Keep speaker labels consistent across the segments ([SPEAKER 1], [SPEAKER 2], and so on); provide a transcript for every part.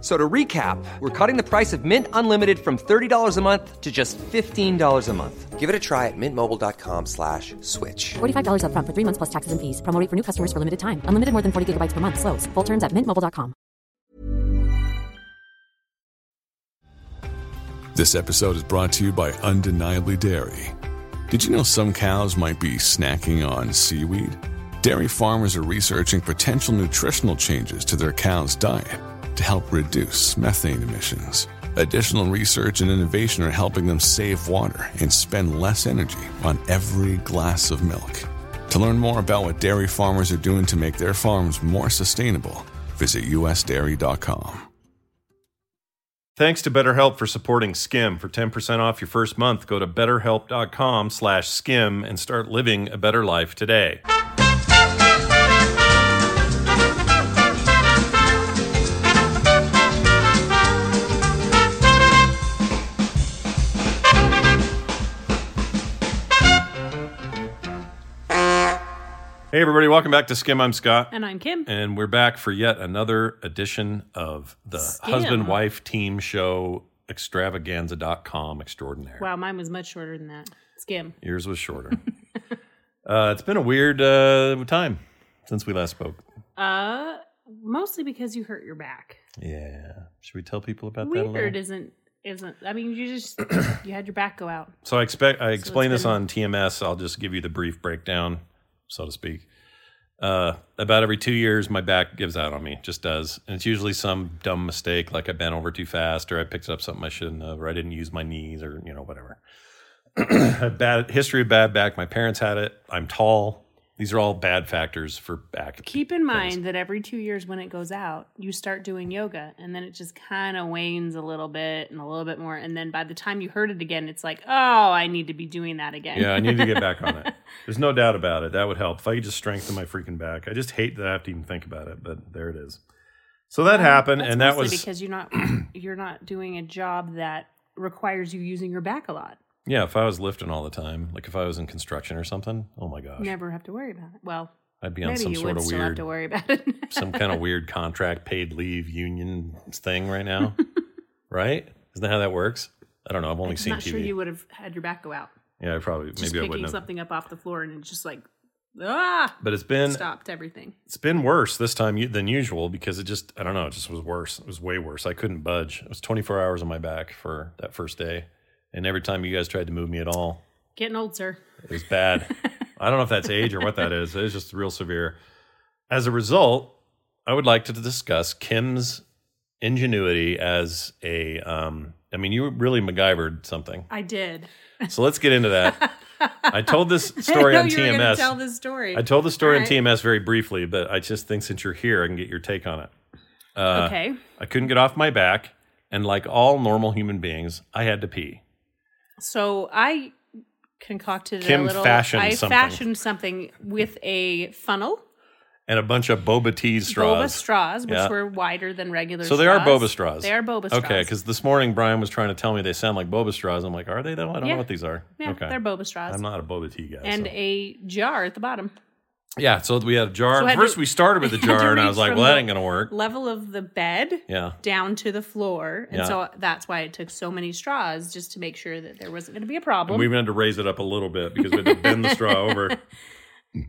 [SPEAKER 1] So to recap, we're cutting the price of Mint Unlimited from $30 a month to just $15 a month. Give it a try at mintmobile.com slash switch.
[SPEAKER 2] $45 upfront for three months plus taxes and fees. Promo rate for new customers for limited time. Unlimited more than 40 gigabytes per month. Slows. Full terms at mintmobile.com.
[SPEAKER 3] This episode is brought to you by Undeniably Dairy. Did you know some cows might be snacking on seaweed? Dairy farmers are researching potential nutritional changes to their cows' diet to help reduce methane emissions. Additional research and innovation are helping them save water and spend less energy on every glass of milk. To learn more about what dairy farmers are doing to make their farms more sustainable, visit usdairy.com.
[SPEAKER 4] Thanks to BetterHelp for supporting Skim. For 10% off your first month, go to betterhelp.com slash skim and start living a better life today. Hey everybody, welcome back to Skim. I'm Scott.
[SPEAKER 5] And I'm Kim.
[SPEAKER 4] And we're back for yet another edition of the
[SPEAKER 5] Skim.
[SPEAKER 4] husband wife team show extravaganza.com extraordinaire.
[SPEAKER 5] Wow, mine was much shorter than that. Skim.
[SPEAKER 4] Yours was shorter. uh, it's been a weird uh, time since we last spoke.
[SPEAKER 5] Uh, mostly because you hurt your back.
[SPEAKER 4] Yeah. Should we tell people about that a
[SPEAKER 5] Weird
[SPEAKER 4] little?
[SPEAKER 5] isn't isn't. I mean, you just you had your back go out.
[SPEAKER 4] So I expect I explained this
[SPEAKER 5] been-
[SPEAKER 4] on TMS. I'll just give you the brief breakdown, so to speak. Uh, about every two years, my back gives out on me, It just does, and it's usually some dumb mistake, like I bent over too fast, or I picked up something I shouldn't have, or I didn't use my knees, or you know whatever. A bad history of bad back. My parents had it. I'm tall. These are all bad factors for back.
[SPEAKER 5] Keep in mind that every two years when it goes out, you start doing yoga, and then it just kind of wanes a little bit and a little bit more, and then by the time you hurt it again, it's like, oh, I need to be doing that again.
[SPEAKER 4] Yeah, I need to get back on it. There's no doubt about it. That would help. If I could just strengthen my freaking back. I just hate that I have to even think about it, but there it is. So that happened,
[SPEAKER 5] That's
[SPEAKER 4] and that
[SPEAKER 5] mostly
[SPEAKER 4] was
[SPEAKER 5] because you're not you're not doing a job that requires you using your back a lot.
[SPEAKER 4] yeah. If I was lifting all the time, like if I was in construction or something, oh my gosh,
[SPEAKER 5] Never have to worry about it. Well,
[SPEAKER 4] I'd be on
[SPEAKER 5] maybe
[SPEAKER 4] some
[SPEAKER 5] you
[SPEAKER 4] sort
[SPEAKER 5] would
[SPEAKER 4] of
[SPEAKER 5] still have
[SPEAKER 4] weird,
[SPEAKER 5] to worry about it.
[SPEAKER 4] some kind of weird contract paid leave union thing right now, right? Isn't that how that works? I don't know. I've only
[SPEAKER 5] I'm
[SPEAKER 4] seen
[SPEAKER 5] not
[SPEAKER 4] TV.
[SPEAKER 5] sure you would have had your back go out.
[SPEAKER 4] yeah, I probably
[SPEAKER 5] Just
[SPEAKER 4] maybe I
[SPEAKER 5] picking
[SPEAKER 4] wouldn't. Have.
[SPEAKER 5] something up off the floor and it's just like ah
[SPEAKER 4] But it's been
[SPEAKER 5] stopped everything.
[SPEAKER 4] it's been worse this time u- than usual because it just I don't know it just was worse. It was way worse. I couldn't budge. It was 24 hours on my back for that first day, and every time you guys tried to move me at all,
[SPEAKER 5] Getting old, sir.
[SPEAKER 4] it was bad. I don't know if that's age or what that is. It was just real severe. As a result, I would like to discuss Kim's ingenuity as a. Um, I mean, you really MacGyvered something.
[SPEAKER 5] I did.
[SPEAKER 4] So let's get into that. I told this story
[SPEAKER 5] I know
[SPEAKER 4] on
[SPEAKER 5] you
[SPEAKER 4] TMS.
[SPEAKER 5] were gonna tell this story.
[SPEAKER 4] I told the story
[SPEAKER 5] All right.
[SPEAKER 4] in TMS very briefly, but I just think since you're here, I can get your take on it. Uh,
[SPEAKER 5] okay.
[SPEAKER 4] I couldn't get off my back, and like all normal human beings, I had to pee.
[SPEAKER 5] So I concocted
[SPEAKER 4] Kim
[SPEAKER 5] a little
[SPEAKER 4] fashioned
[SPEAKER 5] I
[SPEAKER 4] something.
[SPEAKER 5] fashioned something with a funnel,
[SPEAKER 4] And a bunch of boba tea straws.
[SPEAKER 5] boba straws, which
[SPEAKER 4] Yeah.
[SPEAKER 5] were wider than regular
[SPEAKER 4] So they are boba straws.
[SPEAKER 5] They are boba straws.
[SPEAKER 4] Okay, because this morning Brian was trying to tell me they sound like boba straws. I'm like, are they though? I don't
[SPEAKER 5] Yeah.
[SPEAKER 4] know what these are.
[SPEAKER 5] yeah,
[SPEAKER 4] okay.
[SPEAKER 5] they're boba straws.
[SPEAKER 4] I'm not a boba tea guy.
[SPEAKER 5] and
[SPEAKER 4] so.
[SPEAKER 5] a jar at the bottom.
[SPEAKER 4] yeah, so we had a jar.
[SPEAKER 5] So I had
[SPEAKER 4] First,
[SPEAKER 5] to-
[SPEAKER 4] we started with a
[SPEAKER 5] I had to
[SPEAKER 4] jar, and I
[SPEAKER 5] reach
[SPEAKER 4] was like,
[SPEAKER 5] from
[SPEAKER 4] well, that
[SPEAKER 5] the
[SPEAKER 4] ain't going to work.
[SPEAKER 5] Level of the bed
[SPEAKER 4] Yeah.
[SPEAKER 5] down to the floor. And
[SPEAKER 4] Yeah.
[SPEAKER 5] so that's why it took so many straws just to make sure that there wasn't going to be a
[SPEAKER 4] And
[SPEAKER 5] problem.
[SPEAKER 4] we even had to raise it up a little bit because we had to bend the straw over.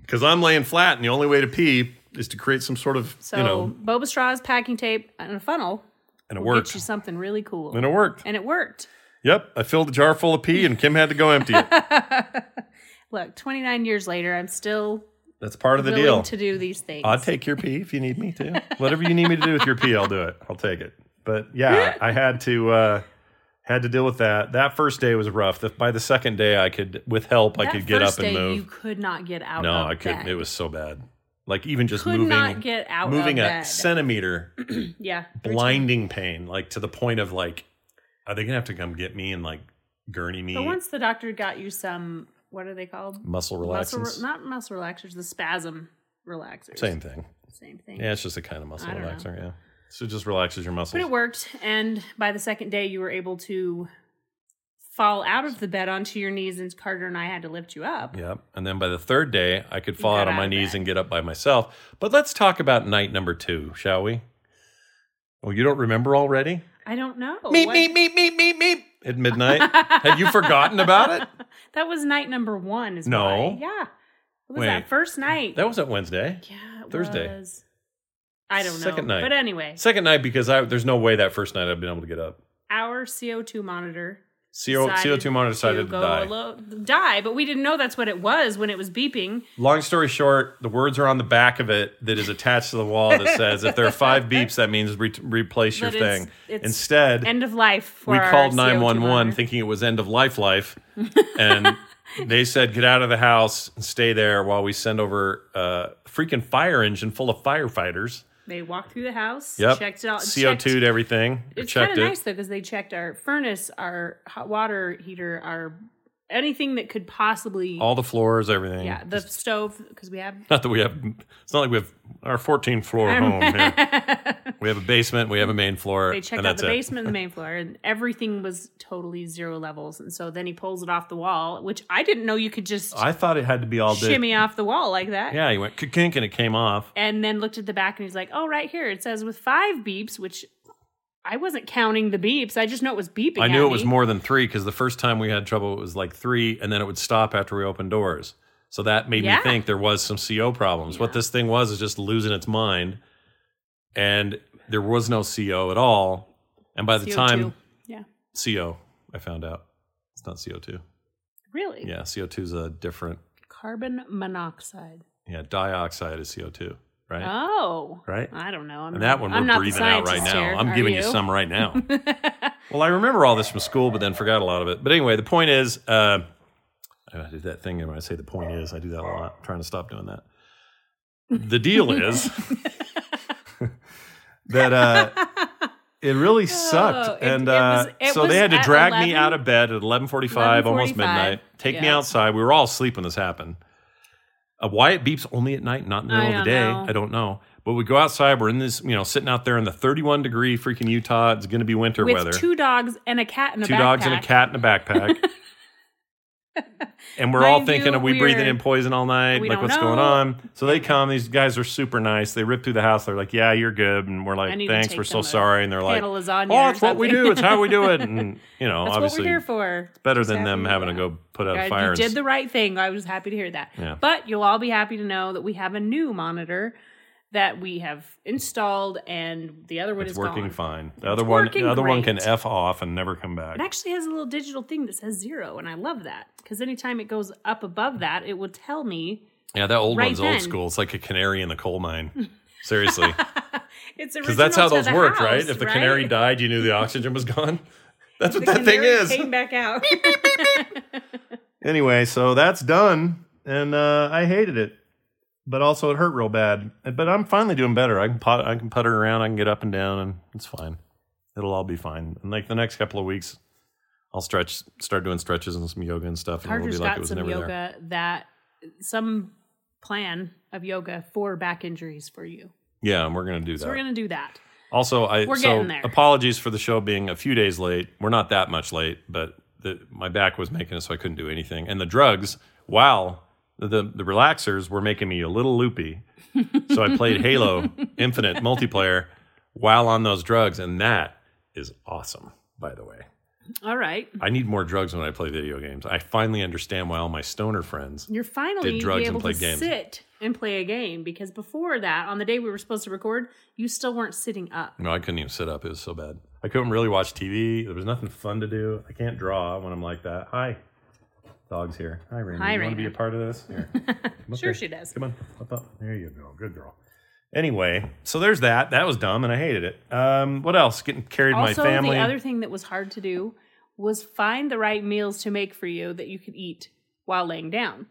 [SPEAKER 4] Because I'm laying flat, and the only way to pee is to create some sort of,
[SPEAKER 5] so
[SPEAKER 4] you know,
[SPEAKER 5] boba straws, packing tape, and a funnel
[SPEAKER 4] and it
[SPEAKER 5] will
[SPEAKER 4] worked.
[SPEAKER 5] get you something really cool.
[SPEAKER 4] And it worked.
[SPEAKER 5] And it worked.
[SPEAKER 4] Yep. I filled a jar full of pee, and Kim had to go empty it.
[SPEAKER 5] Look, 29 years later, I'm still
[SPEAKER 4] That's part of the
[SPEAKER 5] willing
[SPEAKER 4] deal.
[SPEAKER 5] to do these things.
[SPEAKER 4] I'll take your pee if you need me to. Whatever you need me to do with your pee, I'll do it. I'll take it. But yeah, I had to uh had to deal with that. That first day was rough. The, by the second day, I could, with help, I
[SPEAKER 5] That
[SPEAKER 4] could get up
[SPEAKER 5] first
[SPEAKER 4] and
[SPEAKER 5] day,
[SPEAKER 4] move.
[SPEAKER 5] You could not get out.
[SPEAKER 4] no,
[SPEAKER 5] of
[SPEAKER 4] I couldn't.
[SPEAKER 5] bed.
[SPEAKER 4] It was so bad. Like even just
[SPEAKER 5] Could
[SPEAKER 4] moving,
[SPEAKER 5] not get out of
[SPEAKER 4] moving a
[SPEAKER 5] bed.
[SPEAKER 4] centimeter,
[SPEAKER 5] yeah every time.
[SPEAKER 4] blinding pain, like to the point of like, are they gonna have to come get me and like gurney me?
[SPEAKER 5] But once the doctor got you some, what are they called?
[SPEAKER 4] muscle
[SPEAKER 5] Muscle,
[SPEAKER 4] relaxants,
[SPEAKER 5] re- not muscle relaxers, the spasm relaxers.
[SPEAKER 4] same thing.
[SPEAKER 5] Same thing.
[SPEAKER 4] Yeah, it's just a kind of muscle
[SPEAKER 5] I don't know.
[SPEAKER 4] relaxer. Yeah, so it just relaxes your muscles.
[SPEAKER 5] But it worked, and by the second day, you were able to fall out of the bed onto your knees, and Carter and I had to lift you up.
[SPEAKER 4] Yep. And then by the third day, I could fall
[SPEAKER 5] got
[SPEAKER 4] out on
[SPEAKER 5] out
[SPEAKER 4] my
[SPEAKER 5] of
[SPEAKER 4] knees
[SPEAKER 5] bed.
[SPEAKER 4] and get up by myself. But let's talk about night number two, shall we? Oh, you don't remember already?
[SPEAKER 5] I don't know.
[SPEAKER 4] Meep,
[SPEAKER 5] what-
[SPEAKER 4] meep, meep, meep, meep, meep. At midnight? Had you forgotten about it?
[SPEAKER 5] That was night number one. Is
[SPEAKER 4] No.
[SPEAKER 5] why. Yeah. What was
[SPEAKER 4] Wait.
[SPEAKER 5] that first night?
[SPEAKER 4] That wasn't Wednesday.
[SPEAKER 5] yeah, it
[SPEAKER 4] Thursday.
[SPEAKER 5] was. I don't know.
[SPEAKER 4] Second night.
[SPEAKER 5] But anyway,
[SPEAKER 4] Second night because I there's no way that first night I've been able to get up.
[SPEAKER 5] our CO2 monitor
[SPEAKER 4] CO,
[SPEAKER 5] decided
[SPEAKER 4] CO2 monitor decided to,
[SPEAKER 5] go
[SPEAKER 4] die.
[SPEAKER 5] low- die, but we didn't know that's what it was when it was beeping.
[SPEAKER 4] Long story short, the words are on the back of it that is attached to the wall that says if there are five beeps, that means re- replace your
[SPEAKER 5] But it's-
[SPEAKER 4] thing.
[SPEAKER 5] it's
[SPEAKER 4] Instead,
[SPEAKER 5] End of life. For
[SPEAKER 4] we
[SPEAKER 5] our
[SPEAKER 4] called
[SPEAKER 5] CO2
[SPEAKER 4] 911
[SPEAKER 5] monitor.
[SPEAKER 4] thinking it was end of life life and they said get out of the house and stay there while we send over a uh, freaking fire engine full of firefighters
[SPEAKER 5] They walked through the house.
[SPEAKER 4] yep
[SPEAKER 5] Checked out
[SPEAKER 4] co2
[SPEAKER 5] checked-
[SPEAKER 4] to everything or
[SPEAKER 5] It's kind
[SPEAKER 4] checked
[SPEAKER 5] of
[SPEAKER 4] it
[SPEAKER 5] nice though because they checked our furnace, our hot water heater, our anything that could possibly.
[SPEAKER 4] all the floors everything
[SPEAKER 5] yeah, the stove because we have
[SPEAKER 4] not that we have it's not like we have our 14th floor home here we have a basement we have a main floor
[SPEAKER 5] They checked
[SPEAKER 4] and
[SPEAKER 5] out
[SPEAKER 4] that's
[SPEAKER 5] the
[SPEAKER 4] it.
[SPEAKER 5] basement and the main floor, and everything was totally zero levels. And so then he pulls it off the wall, which I didn't know you could just
[SPEAKER 4] i thought it had to be all day
[SPEAKER 5] shimmy off the wall like that.
[SPEAKER 4] yeah he went kink and it came off
[SPEAKER 5] And then looked at the back, and he's like, "Oh, right here it says with five beeps," which I wasn't counting the beeps. I just know it was beeping.
[SPEAKER 4] I
[SPEAKER 5] at
[SPEAKER 4] knew it was
[SPEAKER 5] me.
[SPEAKER 4] more than three because the first time we had trouble, it was like three, and then it would stop after we opened doors. So that made me
[SPEAKER 5] Yeah.
[SPEAKER 4] think there was some CO problems. What this thing was is just losing its mind, and there was no CO at all. And by the
[SPEAKER 5] CO2.
[SPEAKER 4] time
[SPEAKER 5] yeah,
[SPEAKER 4] CO, I found out it's not CO two.
[SPEAKER 5] really,
[SPEAKER 4] Yeah, CO two is a different.
[SPEAKER 5] carbon monoxide.
[SPEAKER 4] Yeah, dioxide is CO two, right?
[SPEAKER 5] Oh,
[SPEAKER 4] Right.
[SPEAKER 5] I don't know. I'm
[SPEAKER 4] and
[SPEAKER 5] not-
[SPEAKER 4] that one
[SPEAKER 5] I'm
[SPEAKER 4] we're
[SPEAKER 5] not the
[SPEAKER 4] breathing out right
[SPEAKER 5] scientist
[SPEAKER 4] now.
[SPEAKER 5] here.
[SPEAKER 4] I'm
[SPEAKER 5] Are
[SPEAKER 4] giving you? some right now. well, I remember all this from school, but then forgot a lot of it. But anyway, the point is, uh, I did that thing, and when I say the point is, I do that a lot. I'm trying to stop doing that. The deal is that uh, it really sucked,
[SPEAKER 5] Oh, it-
[SPEAKER 4] and
[SPEAKER 5] it was-
[SPEAKER 4] uh,
[SPEAKER 5] it
[SPEAKER 4] so they
[SPEAKER 5] was
[SPEAKER 4] had to
[SPEAKER 5] at
[SPEAKER 4] drag me
[SPEAKER 5] 11?
[SPEAKER 4] out of bed at 11:45, almost
[SPEAKER 5] 11:45,
[SPEAKER 4] midnight. Take me
[SPEAKER 5] yeah.
[SPEAKER 4] outside. We were all asleep when this happened. Uh, why it beeps only at night, not in the
[SPEAKER 5] I
[SPEAKER 4] middle of the day,
[SPEAKER 5] don't know.
[SPEAKER 4] I don't know. But we go outside. We're in this, you know, sitting out there in the 31 degree freaking Utah. It's going to be winter
[SPEAKER 5] with
[SPEAKER 4] weather.
[SPEAKER 5] two dogs and a cat in a
[SPEAKER 4] Two
[SPEAKER 5] backpack.
[SPEAKER 4] dogs and a cat in a backpack. and we're all
[SPEAKER 5] Mind
[SPEAKER 4] thinking,
[SPEAKER 5] you,
[SPEAKER 4] are we breathing
[SPEAKER 5] we're-
[SPEAKER 4] in poison all night?
[SPEAKER 5] we
[SPEAKER 4] Like,
[SPEAKER 5] don't
[SPEAKER 4] what's going
[SPEAKER 5] know.
[SPEAKER 4] on? So they come. These guys are super nice. They rip through the house. They're like, yeah, you're good. And we're
[SPEAKER 5] I
[SPEAKER 4] like,
[SPEAKER 5] need to
[SPEAKER 4] thanks.
[SPEAKER 5] take
[SPEAKER 4] We're so
[SPEAKER 5] them a
[SPEAKER 4] sorry. And they're like,
[SPEAKER 5] pan of lasagna
[SPEAKER 4] oh,
[SPEAKER 5] or
[SPEAKER 4] it's what we
[SPEAKER 5] something."
[SPEAKER 4] do. It's how we do it. And, you know,
[SPEAKER 5] That's
[SPEAKER 4] obviously,
[SPEAKER 5] what we're here for.
[SPEAKER 4] better
[SPEAKER 5] Just
[SPEAKER 4] than them
[SPEAKER 5] happy
[SPEAKER 4] having to
[SPEAKER 5] that.
[SPEAKER 4] go put out
[SPEAKER 5] Yeah,
[SPEAKER 4] a fire.
[SPEAKER 5] You
[SPEAKER 4] and
[SPEAKER 5] did the right thing. I was happy to hear that.
[SPEAKER 4] Yeah.
[SPEAKER 5] But you'll all be happy to know that we have a new monitor that we have installed, and the other one
[SPEAKER 4] it's
[SPEAKER 5] is
[SPEAKER 4] working
[SPEAKER 5] gone.
[SPEAKER 4] fine. The other one,
[SPEAKER 5] working
[SPEAKER 4] the other one
[SPEAKER 5] great.
[SPEAKER 4] can f off and never come back.
[SPEAKER 5] It actually has a little digital thing that says zero, and I love that because anytime it goes up above that, it will tell me
[SPEAKER 4] Yeah, that old
[SPEAKER 5] Right
[SPEAKER 4] one's
[SPEAKER 5] then.
[SPEAKER 4] old school. It's like a canary in the coal mine. Seriously.
[SPEAKER 5] it's
[SPEAKER 4] Because that's how
[SPEAKER 5] original
[SPEAKER 4] those
[SPEAKER 5] to the
[SPEAKER 4] work,
[SPEAKER 5] house,
[SPEAKER 4] right? If the canary died, you knew the oxygen was gone. That's what
[SPEAKER 5] The
[SPEAKER 4] that thing
[SPEAKER 5] canary
[SPEAKER 4] is.
[SPEAKER 5] came back out.
[SPEAKER 4] Anyway, so that's done. And uh, I hated it. But also it hurt real bad. But I'm finally doing better. I can pot, I can putter around, I can get up and down and it's fine. It'll all be fine. And like the next couple of weeks, I'll stretch start doing stretches and some yoga and stuff and
[SPEAKER 5] Carter's
[SPEAKER 4] it'll be like
[SPEAKER 5] got
[SPEAKER 4] it was
[SPEAKER 5] some
[SPEAKER 4] never
[SPEAKER 5] yoga
[SPEAKER 4] there.
[SPEAKER 5] that some plan of yoga for back injuries for you.
[SPEAKER 4] Yeah, and we're gonna do that.
[SPEAKER 5] So we're gonna do that.
[SPEAKER 4] Also, I
[SPEAKER 5] We're
[SPEAKER 4] so
[SPEAKER 5] getting there.
[SPEAKER 4] apologies for the show being a few days late. We're not that much late, but the, my back was making it so I couldn't do anything. And the drugs, wow, the the relaxers were making me a little loopy. So I played Halo Infinite multiplayer while on those drugs, and that is awesome. By the way,
[SPEAKER 5] All right.
[SPEAKER 4] I need more drugs when I play video games. I finally understand why all my stoner friends.
[SPEAKER 5] You're
[SPEAKER 4] Did
[SPEAKER 5] finally
[SPEAKER 4] drugs
[SPEAKER 5] be
[SPEAKER 4] and
[SPEAKER 5] able
[SPEAKER 4] played
[SPEAKER 5] to
[SPEAKER 4] games.
[SPEAKER 5] sit and play a game because before that, on the day we were supposed to record, you still weren't sitting up.
[SPEAKER 4] No, I couldn't even sit up. It was so bad. I couldn't really watch TV. There was nothing fun to do. I can't draw when I'm like that. Hi. Dog's here. Hi, Raina.
[SPEAKER 5] Hi,
[SPEAKER 4] you want to be a
[SPEAKER 5] Raina.
[SPEAKER 4] part of this? Here. Come up
[SPEAKER 5] Sure
[SPEAKER 4] here.
[SPEAKER 5] she does.
[SPEAKER 4] Come on, up, up. There you go. Good girl. Anyway, so there's that. That was dumb, and I hated it. Um, what else? Getting carried by my
[SPEAKER 5] Also,
[SPEAKER 4] family.
[SPEAKER 5] the other thing that was hard to do was find the right meals to make for you that you could eat while laying down.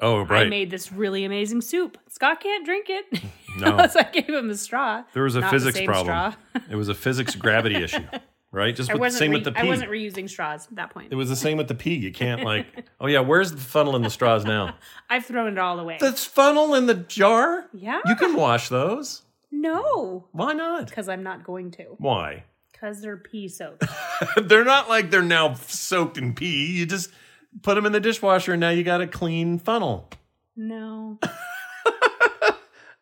[SPEAKER 4] oh, right.
[SPEAKER 5] I made this really amazing soup. Scott can't drink it.
[SPEAKER 4] No.
[SPEAKER 5] Unless I gave him a straw.
[SPEAKER 4] there was a
[SPEAKER 5] Not the
[SPEAKER 4] physics
[SPEAKER 5] same
[SPEAKER 4] problem.
[SPEAKER 5] straw.
[SPEAKER 4] it was a physics gravity issue, right? Just
[SPEAKER 5] I
[SPEAKER 4] with,
[SPEAKER 5] wasn't,
[SPEAKER 4] same
[SPEAKER 5] re-
[SPEAKER 4] with the pee.
[SPEAKER 5] I wasn't reusing straws at that point.
[SPEAKER 4] it was the same with the pee. You can't like. Oh yeah, where's the funnel and the straws now?
[SPEAKER 5] I've thrown it all away.
[SPEAKER 4] The funnel in the jar.
[SPEAKER 5] Yeah.
[SPEAKER 4] You can wash those.
[SPEAKER 5] no,
[SPEAKER 4] Why not?
[SPEAKER 5] because I'm not going to.
[SPEAKER 4] Why?
[SPEAKER 5] Because they're pea soaked.
[SPEAKER 4] they're not like they're now soaked in pee. You just put them in the dishwasher, and now you got a clean funnel.
[SPEAKER 5] no,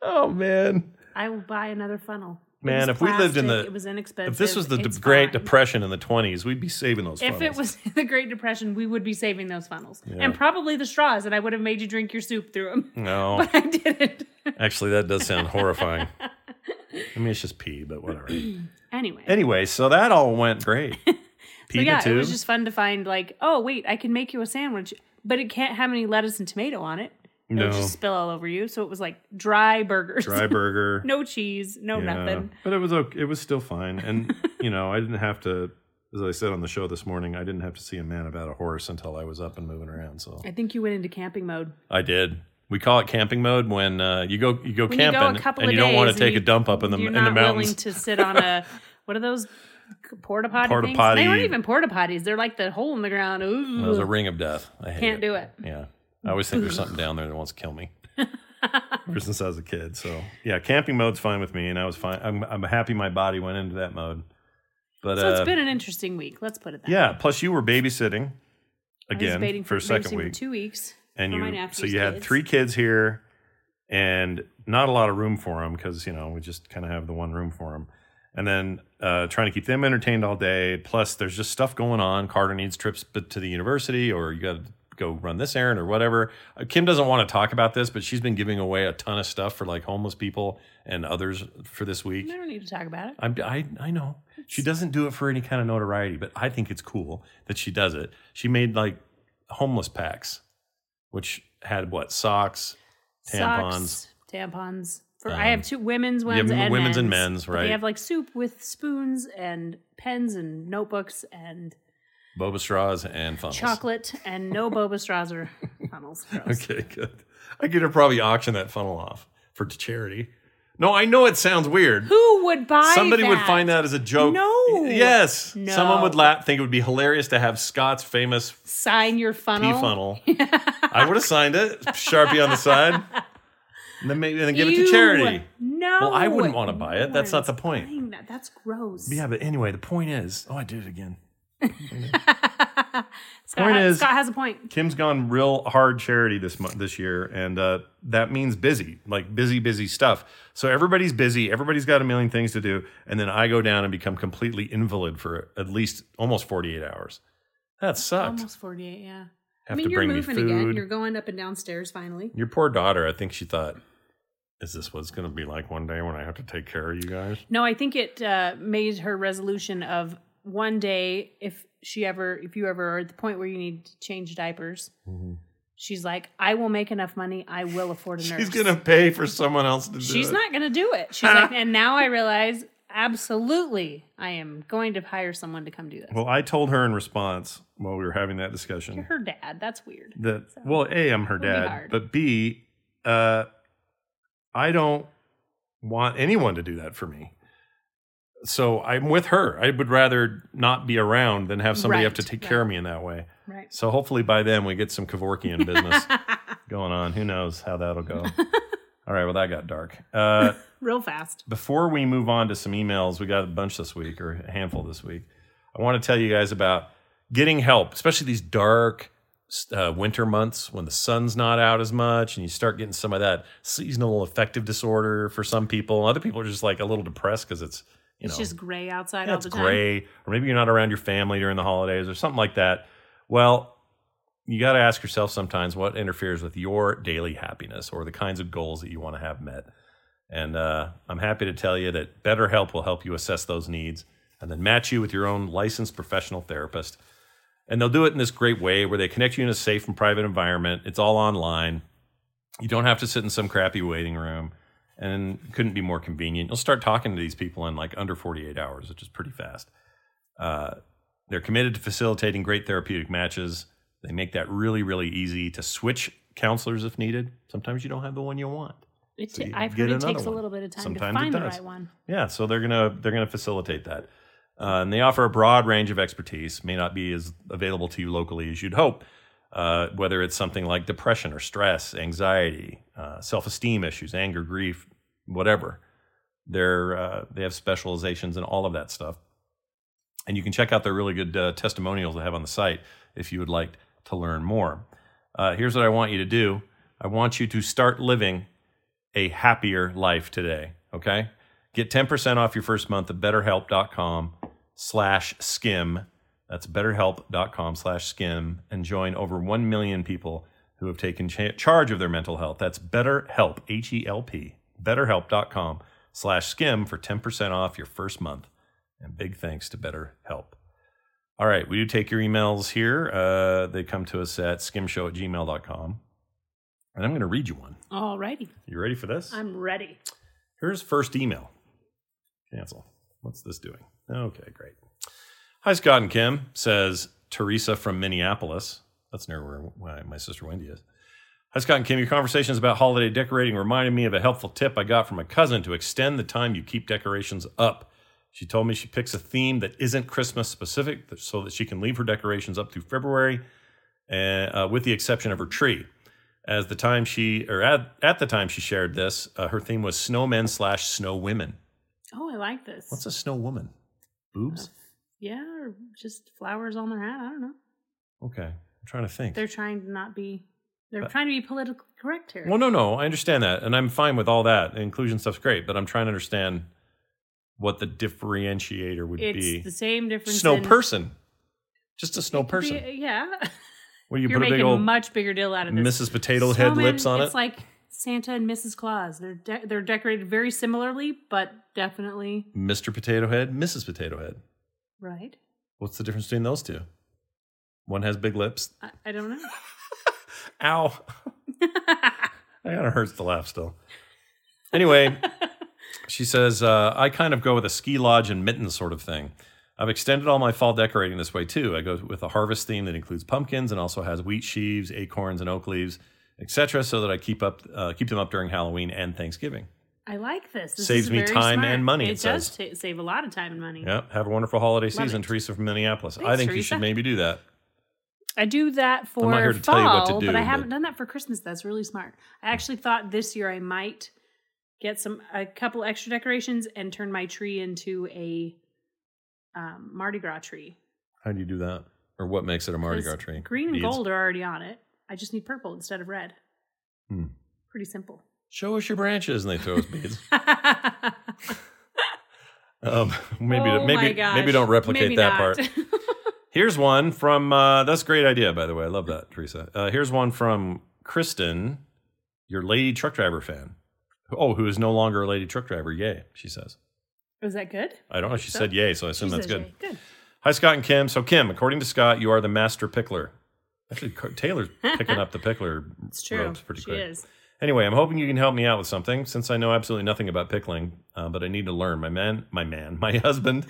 [SPEAKER 4] Oh man,
[SPEAKER 5] I will buy another funnel. It
[SPEAKER 4] man!
[SPEAKER 5] was
[SPEAKER 4] If we lived in
[SPEAKER 5] plastic,
[SPEAKER 4] the
[SPEAKER 5] it was inexpensive.
[SPEAKER 4] if this was the
[SPEAKER 5] It's
[SPEAKER 4] de- Great
[SPEAKER 5] fine.
[SPEAKER 4] Depression in the twenties, we'd be saving those.
[SPEAKER 5] If it
[SPEAKER 4] funnels.
[SPEAKER 5] was the Great Depression, we would be saving those funnels and probably the straws, and I would have made you drink your soup through them.
[SPEAKER 4] no,
[SPEAKER 5] I didn't.
[SPEAKER 4] actually, that does sound horrifying. I mean, it's just pee, but whatever.
[SPEAKER 5] Anyway,
[SPEAKER 4] anyway, so that all went great. Pee
[SPEAKER 5] so
[SPEAKER 4] in a
[SPEAKER 5] yeah, it
[SPEAKER 4] tube.
[SPEAKER 5] was just fun to find like, oh wait, I can make you a sandwich, but it can't have any lettuce and tomato on it. It
[SPEAKER 4] No.
[SPEAKER 5] would just spill all over you. So it was like dry burgers,
[SPEAKER 4] dry burger.
[SPEAKER 5] no cheese, no
[SPEAKER 4] Yeah,
[SPEAKER 5] nothing.
[SPEAKER 4] But it was okay. It was still fine, and you know, I didn't have to. As I said on the show this morning, I didn't have to see a man about a horse until I was up and moving around. So
[SPEAKER 5] I think you went into camping mode.
[SPEAKER 4] I did. We call it camping mode when uh, you go you go
[SPEAKER 5] When
[SPEAKER 4] camping
[SPEAKER 5] you go a couple
[SPEAKER 4] and
[SPEAKER 5] of
[SPEAKER 4] you don't want
[SPEAKER 5] days
[SPEAKER 4] to
[SPEAKER 5] and
[SPEAKER 4] take a
[SPEAKER 5] you-
[SPEAKER 4] dump up in the
[SPEAKER 5] you're
[SPEAKER 4] in
[SPEAKER 5] not
[SPEAKER 4] the mountains.
[SPEAKER 5] Willing to sit on a what are those porta potty
[SPEAKER 4] Porta
[SPEAKER 5] things?
[SPEAKER 4] potty.
[SPEAKER 5] They weren't even porta potties. They're like the hole in the ground. Ooh,
[SPEAKER 4] It was a ring of death. I hate
[SPEAKER 5] can't do it.
[SPEAKER 4] Yeah, I always think there's something down there that wants to kill me. Ever since I was a kid, so yeah, camping mode's fine with me, and I was fine. I'm, I'm happy my body went into that mode. But
[SPEAKER 5] So
[SPEAKER 4] uh,
[SPEAKER 5] it's been an interesting week. Let's put it that. way.
[SPEAKER 4] yeah, plus you were babysitting
[SPEAKER 5] I was
[SPEAKER 4] again
[SPEAKER 5] baiting
[SPEAKER 4] for a second
[SPEAKER 5] babysitting for
[SPEAKER 4] week,
[SPEAKER 5] two weeks,
[SPEAKER 4] and
[SPEAKER 5] for my
[SPEAKER 4] you so
[SPEAKER 5] nephew's
[SPEAKER 4] you had
[SPEAKER 5] kids.
[SPEAKER 4] three kids here, and not a lot of room for them because you know we just kind of have the one room for them, and then uh, trying to keep them entertained all day. Plus, there's just stuff going on. Carter needs trips b- to the university, or you got to go run this errand or whatever. Uh, Kim doesn't want to talk about this, but she's been giving away a ton of stuff for like homeless people and others for this week.
[SPEAKER 5] I don't need to talk about it.
[SPEAKER 4] I'm, I, I know. She doesn't do it for any kind of notoriety, but I think it's cool that she does it. She made like homeless packs, which had what? Socks, tampons. Um,
[SPEAKER 5] Socks, tampons. For, I have two women's
[SPEAKER 4] have
[SPEAKER 5] ones and
[SPEAKER 4] women's
[SPEAKER 5] men's,
[SPEAKER 4] and men's,
[SPEAKER 5] but
[SPEAKER 4] right.
[SPEAKER 5] They have like soup with spoons and pens and notebooks and
[SPEAKER 4] boba straws, and funnels.
[SPEAKER 5] chocolate and no boba straws or funnels. Gross.
[SPEAKER 4] Okay, good. I could have probably auctioned that funnel off for charity. No, I know it sounds weird.
[SPEAKER 5] Who would buy?
[SPEAKER 4] Somebody would
[SPEAKER 5] that?
[SPEAKER 4] find that as a joke.
[SPEAKER 5] No.
[SPEAKER 4] Yes.
[SPEAKER 5] No.
[SPEAKER 4] Someone would laugh, think it would be hilarious to have Scott's famous
[SPEAKER 5] Sign your
[SPEAKER 4] pea
[SPEAKER 5] funnel.
[SPEAKER 4] funnel. I would have signed it, Sharpie on the side, and then maybe and then give it
[SPEAKER 5] Ew,
[SPEAKER 4] to charity.
[SPEAKER 5] No.
[SPEAKER 4] Well, I wouldn't want to buy it. That's not the point.
[SPEAKER 5] Buying that. That's gross.
[SPEAKER 4] Yeah, but anyway, the point is, oh, I did it again.
[SPEAKER 5] Scott,
[SPEAKER 4] point
[SPEAKER 5] ha-
[SPEAKER 4] is-
[SPEAKER 5] Scott has a point.
[SPEAKER 4] Kim's gone real hard charity this month, this year, and uh, that means busy, like busy, busy stuff. So everybody's busy, everybody's got a million things to do, and then I go down and become completely invalid for at least almost forty eight hours. That sucked.
[SPEAKER 5] Almost 48, yeah. I
[SPEAKER 4] Have
[SPEAKER 5] mean,
[SPEAKER 4] to
[SPEAKER 5] you're
[SPEAKER 4] bring me
[SPEAKER 5] moving again.
[SPEAKER 4] food.
[SPEAKER 5] You're going up and downstairs finally.
[SPEAKER 4] Your poor daughter, I think she thought, is this what it's going to be like one day when I have to take care of you guys?
[SPEAKER 5] No, I think it uh, made her resolution of one day if she ever, if you ever are at the point where you need to change diapers,
[SPEAKER 4] Mm-hmm.
[SPEAKER 5] she's like, I will make enough money. I will afford a nurse.
[SPEAKER 4] She's going to pay for someone else to do
[SPEAKER 5] She's
[SPEAKER 4] it.
[SPEAKER 5] not going to do it. She's like, and now I realize, absolutely, I am going to hire someone to come do this.
[SPEAKER 4] Well, I told her in response while we were having that discussion
[SPEAKER 5] her dad. That's weird.
[SPEAKER 4] that, well, A, I'm her
[SPEAKER 5] It'll be
[SPEAKER 4] dad,
[SPEAKER 5] hard.
[SPEAKER 4] but B, uh, I don't want anyone to do that for me. So I'm with her. I would rather not be around than have somebody have
[SPEAKER 5] Right,
[SPEAKER 4] to take care of me in that way.
[SPEAKER 5] Right.
[SPEAKER 4] So hopefully by then we get some Kevorkian business going on. Who knows how that'll go. All right, well, that got dark. Uh,
[SPEAKER 5] Real fast.
[SPEAKER 4] before we move on to some emails, we got a bunch this week or a handful this week. I want to tell you guys about getting help, especially these dark uh, winter months when the sun's not out as much and you start getting some of that seasonal affective disorder for some people. Other people are just like a little depressed because it's, you know,
[SPEAKER 5] It's just gray outside all
[SPEAKER 4] that's
[SPEAKER 5] the time.
[SPEAKER 4] gray, or maybe you're not around your family during the holidays or something like that. Well, you got to ask yourself sometimes what interferes with your daily happiness or the kinds of goals that you want to have met. And uh, I'm happy to tell you that BetterHelp will help you assess those needs and then match you with your own licensed professional therapist. And they'll do it in this great way where they connect you in a safe and private environment. It's all online. You don't have to sit in some crappy waiting room and couldn't be more convenient. You'll start talking to these people in like under 48 hours, which is pretty fast. Uh, they're committed to facilitating great therapeutic matches. They make that really, really easy to switch counselors if needed. Sometimes you don't have the one you want.
[SPEAKER 5] It,
[SPEAKER 4] So you
[SPEAKER 5] I've
[SPEAKER 4] get
[SPEAKER 5] heard it
[SPEAKER 4] another
[SPEAKER 5] takes
[SPEAKER 4] one.
[SPEAKER 5] a little bit of time
[SPEAKER 4] Sometimes it
[SPEAKER 5] to find the
[SPEAKER 4] does.
[SPEAKER 5] right one.
[SPEAKER 4] Yeah, so they're gonna they're gonna facilitate that, uh, and they offer a broad range of expertise. May not be as available to you locally as you'd hope. Uh, whether it's something like depression or stress, anxiety, uh, self esteem issues, anger, grief, whatever, they're uh, they have specializations in all of that stuff. And you can check out their really good uh, testimonials they have on the site if you would like to learn more. Uh, here's what I want you to do: I want you to start living a happier life today. Okay. Get 10% off your first month at betterhelp.com slash skim. That's betterhelp.com slash skim and join over 1 million people who have taken cha- charge of their mental health. That's betterhelp, H E L P, betterhelp.com slash skim for 10% off your first month. And big thanks to BetterHelp. All right. We do take your emails here. Uh, they come to us at skimshow at gmail.com. And I'm going to read you one.
[SPEAKER 5] Alrighty,
[SPEAKER 4] You ready for this?
[SPEAKER 5] I'm ready.
[SPEAKER 4] Here's first email. Cancel. What's this doing? Okay, great. Hi, Scott and Kim, says Teresa from Minneapolis. That's near where my, my sister Wendy is. Hi, Scott and Kim. Your conversations about holiday decorating reminded me of a helpful tip I got from a cousin to extend the time you keep decorations up. She told me she picks a theme that isn't Christmas specific so that she can leave her decorations up through February, uh, uh, with the exception of her tree as the time she or at, at the time she shared this uh, her theme was snowmen slash snow women
[SPEAKER 5] Oh, I like this.
[SPEAKER 4] what's a snow woman boobs
[SPEAKER 5] yeah, or just flowers on their hat. I don't know.
[SPEAKER 4] okay i'm trying to think
[SPEAKER 5] They're trying to not be. They're
[SPEAKER 4] But-
[SPEAKER 5] trying to be politically correct here.
[SPEAKER 4] Uh, well no no i understand that and i'm fine with all that inclusion stuff's great but i'm trying to understand what the differentiator would
[SPEAKER 5] it's
[SPEAKER 4] be
[SPEAKER 5] the same difference.
[SPEAKER 4] snow
[SPEAKER 5] in-
[SPEAKER 4] person just a snow
[SPEAKER 5] It could be-
[SPEAKER 4] person
[SPEAKER 5] yeah,
[SPEAKER 4] where you
[SPEAKER 5] you are
[SPEAKER 4] put a
[SPEAKER 5] making
[SPEAKER 4] big
[SPEAKER 5] a
[SPEAKER 4] old
[SPEAKER 5] much bigger deal out of this.
[SPEAKER 4] mrs potato head
[SPEAKER 5] Snowmen,
[SPEAKER 4] lips on
[SPEAKER 5] it's
[SPEAKER 4] it
[SPEAKER 5] like Santa and Mrs. Claus. They're de- they're decorated very similarly, but definitely
[SPEAKER 4] mr potato head mrs potato head
[SPEAKER 5] right.
[SPEAKER 4] what's the difference between those two one has big lips
[SPEAKER 5] I, I don't know.
[SPEAKER 4] ow That kind of hurts to laugh still. Anyway, she says, uh, I kind of go with a ski lodge and mitten sort of thing. I've extended all my fall decorating this way too. I go with a harvest theme that includes pumpkins and also has wheat sheaves, acorns, and oak leaves, etc., so that I keep up uh, keep them up during Halloween and Thanksgiving.
[SPEAKER 5] I like this. this
[SPEAKER 4] Saves
[SPEAKER 5] is
[SPEAKER 4] me
[SPEAKER 5] very
[SPEAKER 4] time
[SPEAKER 5] smart.
[SPEAKER 4] and money,
[SPEAKER 5] It,
[SPEAKER 4] it
[SPEAKER 5] does
[SPEAKER 4] says.
[SPEAKER 5] ta- save a lot of time and money.
[SPEAKER 4] Yeah, have a wonderful holiday
[SPEAKER 5] Love
[SPEAKER 4] season,
[SPEAKER 5] it.
[SPEAKER 4] Teresa from Minneapolis. I
[SPEAKER 5] Thanks,
[SPEAKER 4] think you
[SPEAKER 5] Teresa.
[SPEAKER 4] should maybe do that.
[SPEAKER 5] I do that for
[SPEAKER 4] not here to
[SPEAKER 5] fall,
[SPEAKER 4] tell you what to do,
[SPEAKER 5] but I
[SPEAKER 4] but-
[SPEAKER 5] haven't done that for Christmas. That's really smart. I actually thought this year I might get some a couple extra decorations and turn my tree into a um, Mardi Gras tree.
[SPEAKER 4] How do you do that, or what makes it a Mardi Gras
[SPEAKER 5] 'Cause
[SPEAKER 4] tree?
[SPEAKER 5] Green and
[SPEAKER 4] Beads?
[SPEAKER 5] gold are already on it. I just need purple instead of red.
[SPEAKER 4] Hmm.
[SPEAKER 5] Pretty simple.
[SPEAKER 4] Show us your branches, and they throw us beads. Um, maybe
[SPEAKER 5] Oh my
[SPEAKER 4] maybe
[SPEAKER 5] gosh.
[SPEAKER 4] maybe don't replicate
[SPEAKER 5] Maybe
[SPEAKER 4] that
[SPEAKER 5] not.
[SPEAKER 4] part. Here's one from uh, that's a great idea, by the way. I love that, Teresa. Uh, here's one from Kristen, your lady truck driver fan. Oh, who is no longer a lady truck driver? Yay, she says.
[SPEAKER 5] Was that good?
[SPEAKER 4] I don't know. She said yay, so I assume
[SPEAKER 5] She
[SPEAKER 4] that's
[SPEAKER 5] said
[SPEAKER 4] good.
[SPEAKER 5] yay. Good.
[SPEAKER 4] Hi, Scott and Kim. So, Kim, according to Scott, you are the master pickler. Actually, Co- Taylor's picking up the pickler
[SPEAKER 5] It's true.
[SPEAKER 4] ropes pretty
[SPEAKER 5] she
[SPEAKER 4] quick.
[SPEAKER 5] is.
[SPEAKER 4] Anyway, I'm hoping you can help me out with something, since I know absolutely nothing about pickling, uh, but I need to learn. My man, my man, my husband,